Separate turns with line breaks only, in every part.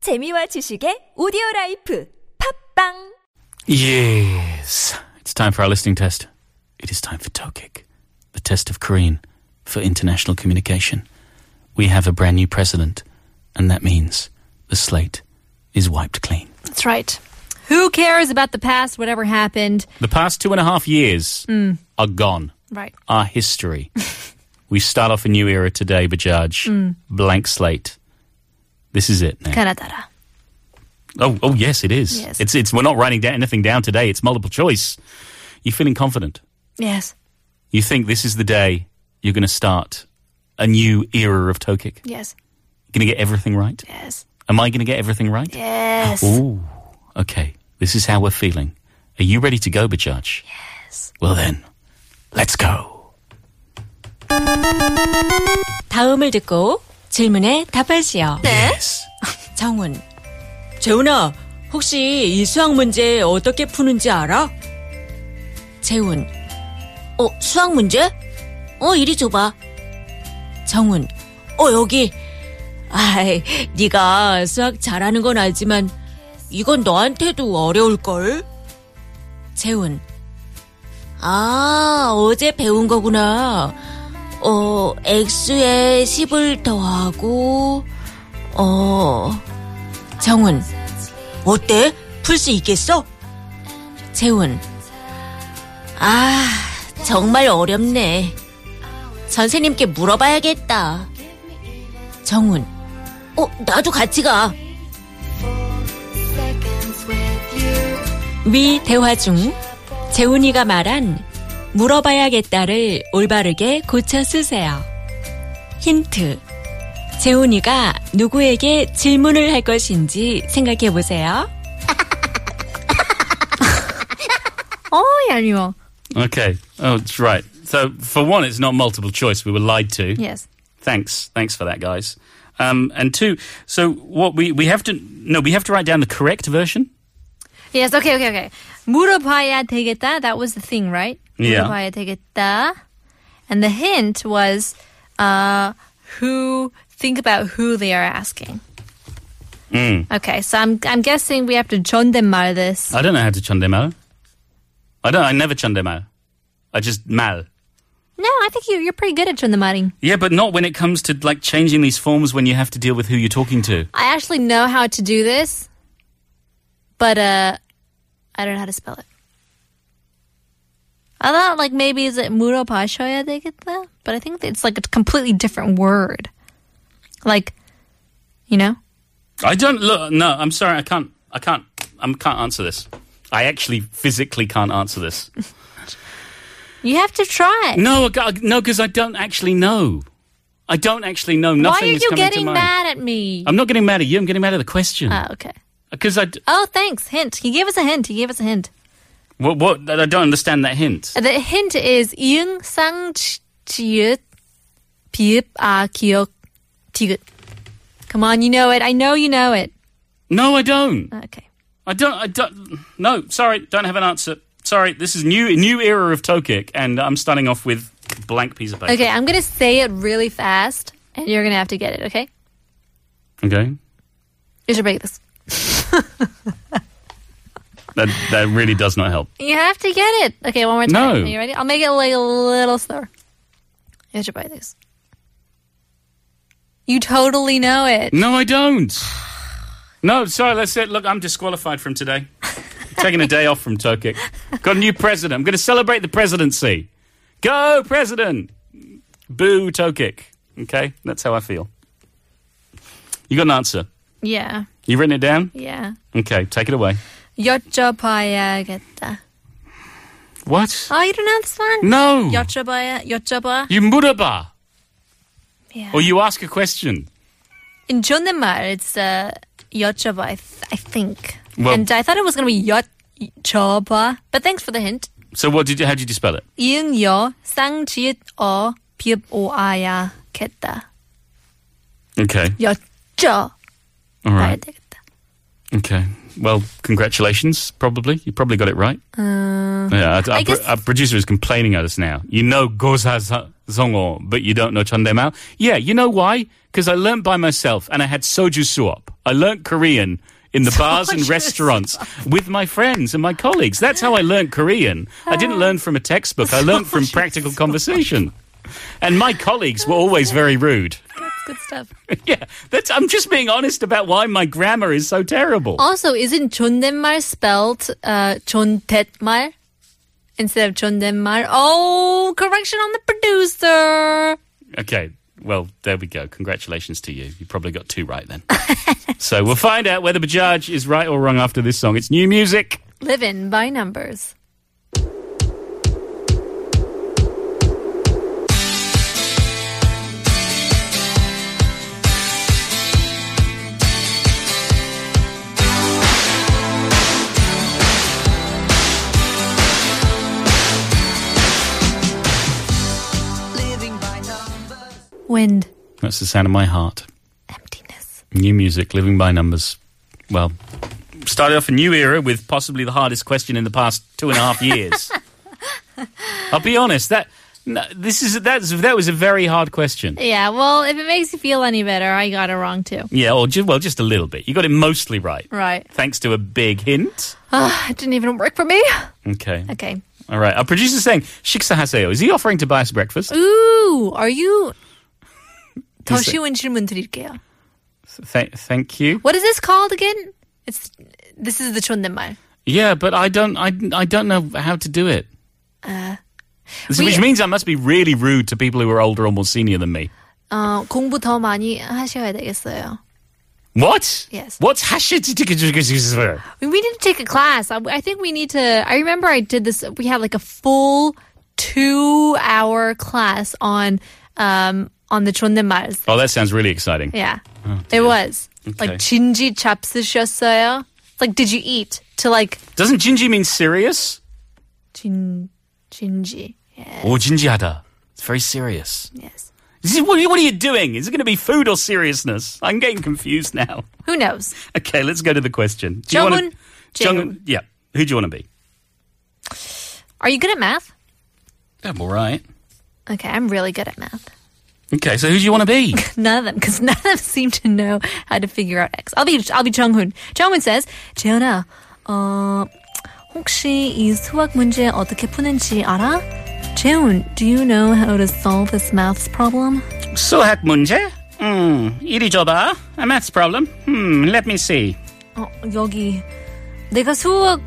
재미와 지식의 오디오 라이프 팝빵
Yes. It's time for our listening test. It is time for Tokik, the test of Korean for international communication. We have a brand new president, and that means the slate is wiped clean.
That's right. Who cares about the past, whatever happened?
The past two and a half years are gone,
Right.
our history. we start off a new era today, Bajaj. Blank slate. This is it now.
Kanadara.
Oh, oh yes, it is.
Yes.
It's, it's, we're not writing down anything down today. It's multiple choice. You're feeling confident.
Yes.
You think this is the day you're going to start a new era of Tokik?
Yes.
You're going to get everything right?
Yes.
Am I going to get everything right?
Yes.
Ooh, okay. This is how we're feeling. Are you ready to go, Bajaj? Yes. Well then, let's go.
다음을 듣고 질문에 답하시오.
Yes.
정훈. 재훈아, 혹시 이 수학 문제 어떻게 푸는지 알아? 재훈. 어, 수학 문제? 어, 이리 줘봐. 정훈. 어, 여기. 아이, 네가 수학 잘하는 건 알지만 이건 너한테도 어려울걸? 재훈. 아, 어제 배운 거구나. 어, x에 10을 더하고 어, 정훈. 어때? 풀 수 있겠어? 재훈. 아, 정말 어렵네. 선생님께 물어봐야겠다. 정훈. 어, 나도 같이 가. 위 대화 중 재훈이가 말한 물어봐야겠다를 올바르게 고쳐 쓰세요. 힌트. 재훈이가 누구에게 질문을 할 것인지 생각해 보세요.
Oh, yeah, you all.
Okay. Oh, that's right. So, for one, it's not multiple choice. We were lied to.
Yes.
Thanks. Thanks for that, guys. Um, and two, so what we, we have to, no, we have to write down the correct version.
Yes. Okay. Okay. Okay. 물어봐야 되겠다. That was the thing, right?
Yeah.
물어봐야 되겠다. And the hint was, uh, who think about who they are asking. Okay. So I'm I'm guessing we have to 존댓말 this.
I don't know how to chondemao. I don't. I never chondemao. I just mal.
No, I think you you're pretty good at 존댓말ing.
Yeah, but not when it comes to like changing these forms when you have to deal with who you're talking to.
I actually know how to do this, but uh, I don't know how to spell it. I thought like maybe is it muro pashoya they get that, but I think it's like a completely different word. Like, you know,
I don't look. No, I'm sorry. I can't. I can't. I can't answer this. I actually physically can't answer this.
you have to try.
No, I ca- no, because I don't actually know. I don't actually know.
Why
Nothing
are
is
you
coming to
getting
mind.
mad at me?
I'm not getting mad at you. I'm getting mad at the question.
oh, okay.
Because I d-
Oh, thanks. Hint. He gave us a hint. He gave us a hint.
what, what I don't understand that hint.
The hint is 이응 쌍 지읒 비읍 아 기억 디귿. Come on, you know it. I know you know it.
No, I don't.
Okay.
I don't. I don't. No, sorry, don't have an answer. Sorry, this is new new era of Tokik, and I'm starting off with blank piece of paper.
Okay, I'm gonna say it really fast, and you're gonna have to get it. Okay.
Okay.
You should break this.
That that really does not help.
You have to get it. Okay, one more time.
No.
Are you ready? I'll make it like a little slower. You should break this. You totally know it.
No, I don't. No, sorry. That's it. Look, I'm disqualified from today. Taking a day off from Tokik. Got a new president. I'm going to celebrate the presidency. Go president. Boo Tokik. Okay, that's how I feel. You got an answer.
Yeah.
You written it down?
Yeah.
Okay, take it away.
여쭤봐야겠다.
What?
Oh, you don't know this one?
No.
여쭤봐야 여쭤봐.
You muraba.
Yeah.
Or you ask a question.
In 존댓말, it's uh, 여쭤봐, I, th- I think.
Well-
and I thought it was going to be 여쭤봐, but thanks for the hint.
So what did you, how did you spell it?
이응여 쌍지읒 어 비읍 오아야 겠다.
Okay.
여쭤
All
봐야
right.
되겠다.
Okay. Well, congratulations. Probably you probably got it right. yeah. Our, our,
Uh, I guess-
pro- our producer is complaining at us now. You know, goes has. Zongo, but you don't know Chondemao? Yeah, you know why? Because I learned by myself and I had soju suop. I learned Korean in the bars and
Soju
restaurants with my friends and my colleagues. That's how I learned Korean. I didn't learn from a textbook, I learned from practical conversation. And my colleagues were always very rude.
That's good stuff.
yeah, that's, I'm just being honest about why my grammar is so terrible.
Also, isn't 존댓말 spelled uh, 존댓말 instead of 존댓말? Oh, correction on the producer.
Okay. Well, there we go. Congratulations to you. You probably got two right then. so we'll find out whether Bajaj is right or wrong after this song. It's new music.
Live in by numbers. Wind,
That's the sound of my heart.
emptiness.
New music, living by numbers. Well, started off a new era with possibly the hardest question in the past two and a half years. I'll be honest. That no, this is that's that was a very hard question.
Yeah, well, if it makes you feel any better, I got it wrong too.
Yeah, or ju- well, just a little bit. You got it mostly right,
Right.
thanks to a big hint.
Ah, it didn't even work for me.
Okay.
Okay.
All right. Our producer's saying, "Shiksa Haseo." Is he offering to buy us breakfast?
Ooh, are you? 더
글쎄.
쉬운 질문 드릴게요.
Th- thank you.
What is this called again? It's this is the 존댓말.
Yeah, but I don't. I, I don't know how to do it. So-
Uh, we-
Which means I must be really rude to people who are older or more senior than me.
어, 공부 더 많이 하셔야 되겠어요.
What?
Yes.
What's hashit?
We we need to take a class. I, I think we need to. I remember I did this. We had like a full two-hour class on um on the 존댓말.
Oh, that sounds really exciting.
Yeah, it was like 진지 잡수셨어요. It's like did you eat? To like
Doesn't Jinji mean serious
진 진지.
or Jinjihada? It's very serious.
Yes.
This is- What are you- what are you doing? Is it going to be food or seriousness? I'm getting confused now.
Who knows?
Okay, let's go to the question. Do
Jongwon,
Jongwon- Yeah. Who do you want to be?
Are you good at math?
I'm all right.
Okay, I'm really good at math.
Okay, so who do you want to be?
None of them, because none of them seem to know how to figure out X. I'll be I'll be 정훈. 정훈 says, 재현아, 어, 혹시 이 수학 문제 어떻게 푸는지 알아? 재훈, do you know how to solve this maths problem?
수학 문제? 음, 이리 줘봐. A maths problem. Hmm, let me see.
어, 여기 내가 수학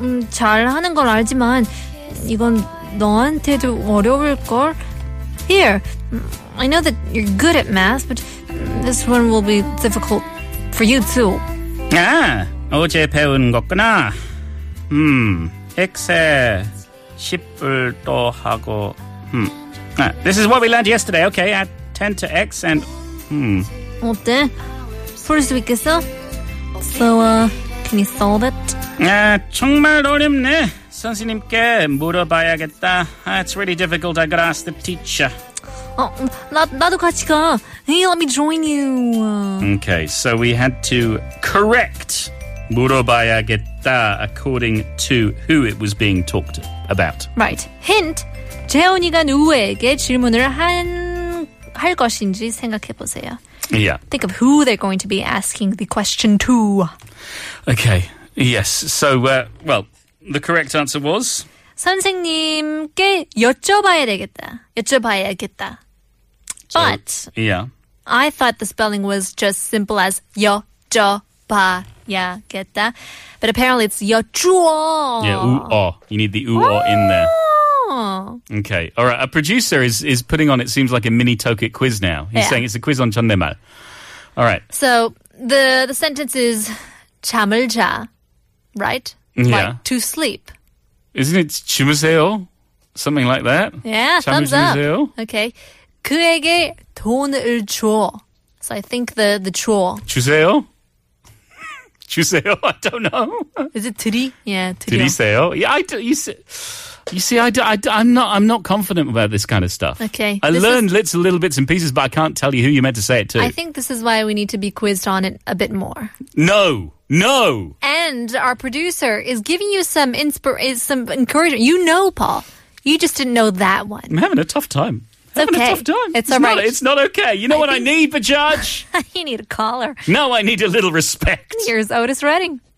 음, 잘하는 걸 알지만 이건 너한테도 어려울 걸. Here, I know that you're good at math, but this one will be difficult for you too.
아, 어제 배운 거구나. 음, 엑셀 10을 또 하고. 음. 아, Hmm. Ah, this is what we learned yesterday. Okay, add 10 to x and hmm.
어때? 풀 수 있겠어? So, uh, can you solve it?
아, 정말 어렵네. 선생님께 물어봐야겠다. 아, Ah, it's really difficult. I gotta ask the teacher.
어, 나, 나도 같이 가. Hey, let me join you.
Okay, so we had to correct 물어봐야겠다 according to who it was being talked about.
Right. Hint. 재훈이가 누구에게 질문을 한, 할 것인지 생각해보세요.
Yeah.
Think of who they're going to be asking the question to.
Okay. Yes. So, uh, well, the correct answer was
선생님께 여쭤봐야 되겠다. 여쭤봐야겠다. But
yeah.
I thought the spelling was just simple as 여쭤봐야겠다. But apparently it's 여쭈어.
Yeah. Ooh, oh. You need the ooh or in there.
Oh.
Okay. All right. A producer is is putting on. It seems like a mini Tokit quiz now. He's
Yeah.
saying it's a quiz on Chondemal. All right.
So the the sentence is 잠을 자, right?
Yeah.
Like to sleep.
Isn't it 주무세요? Something like that.
Yeah,
잠을
thumbs up.
주무세요?
Okay. 그에게 돈을 줘. So I think the the 줘.
주세요. 주세요. I don't know.
Is it 드리? Yeah,
Did he
드리.
say? Oh, yeah. I do, you see, you see, I, am not. I'm not confident about this kind of stuff.
Okay,
I
this
learned little, little bits and pieces, but I can't tell you who you meant to say it to.
I think this is why we need to be quizzed on it a bit more.
no, no.
And our producer is giving you some inspir- is some encouragement. You know, Paul. You just didn't know that one.
I'm having a tough time. having
okay.
a tough time.
It's
all right.
alright.
It's not okay. You know what I need, Bajaj?
you need a caller.
no, I need a little respect.
Here's Otis Redding.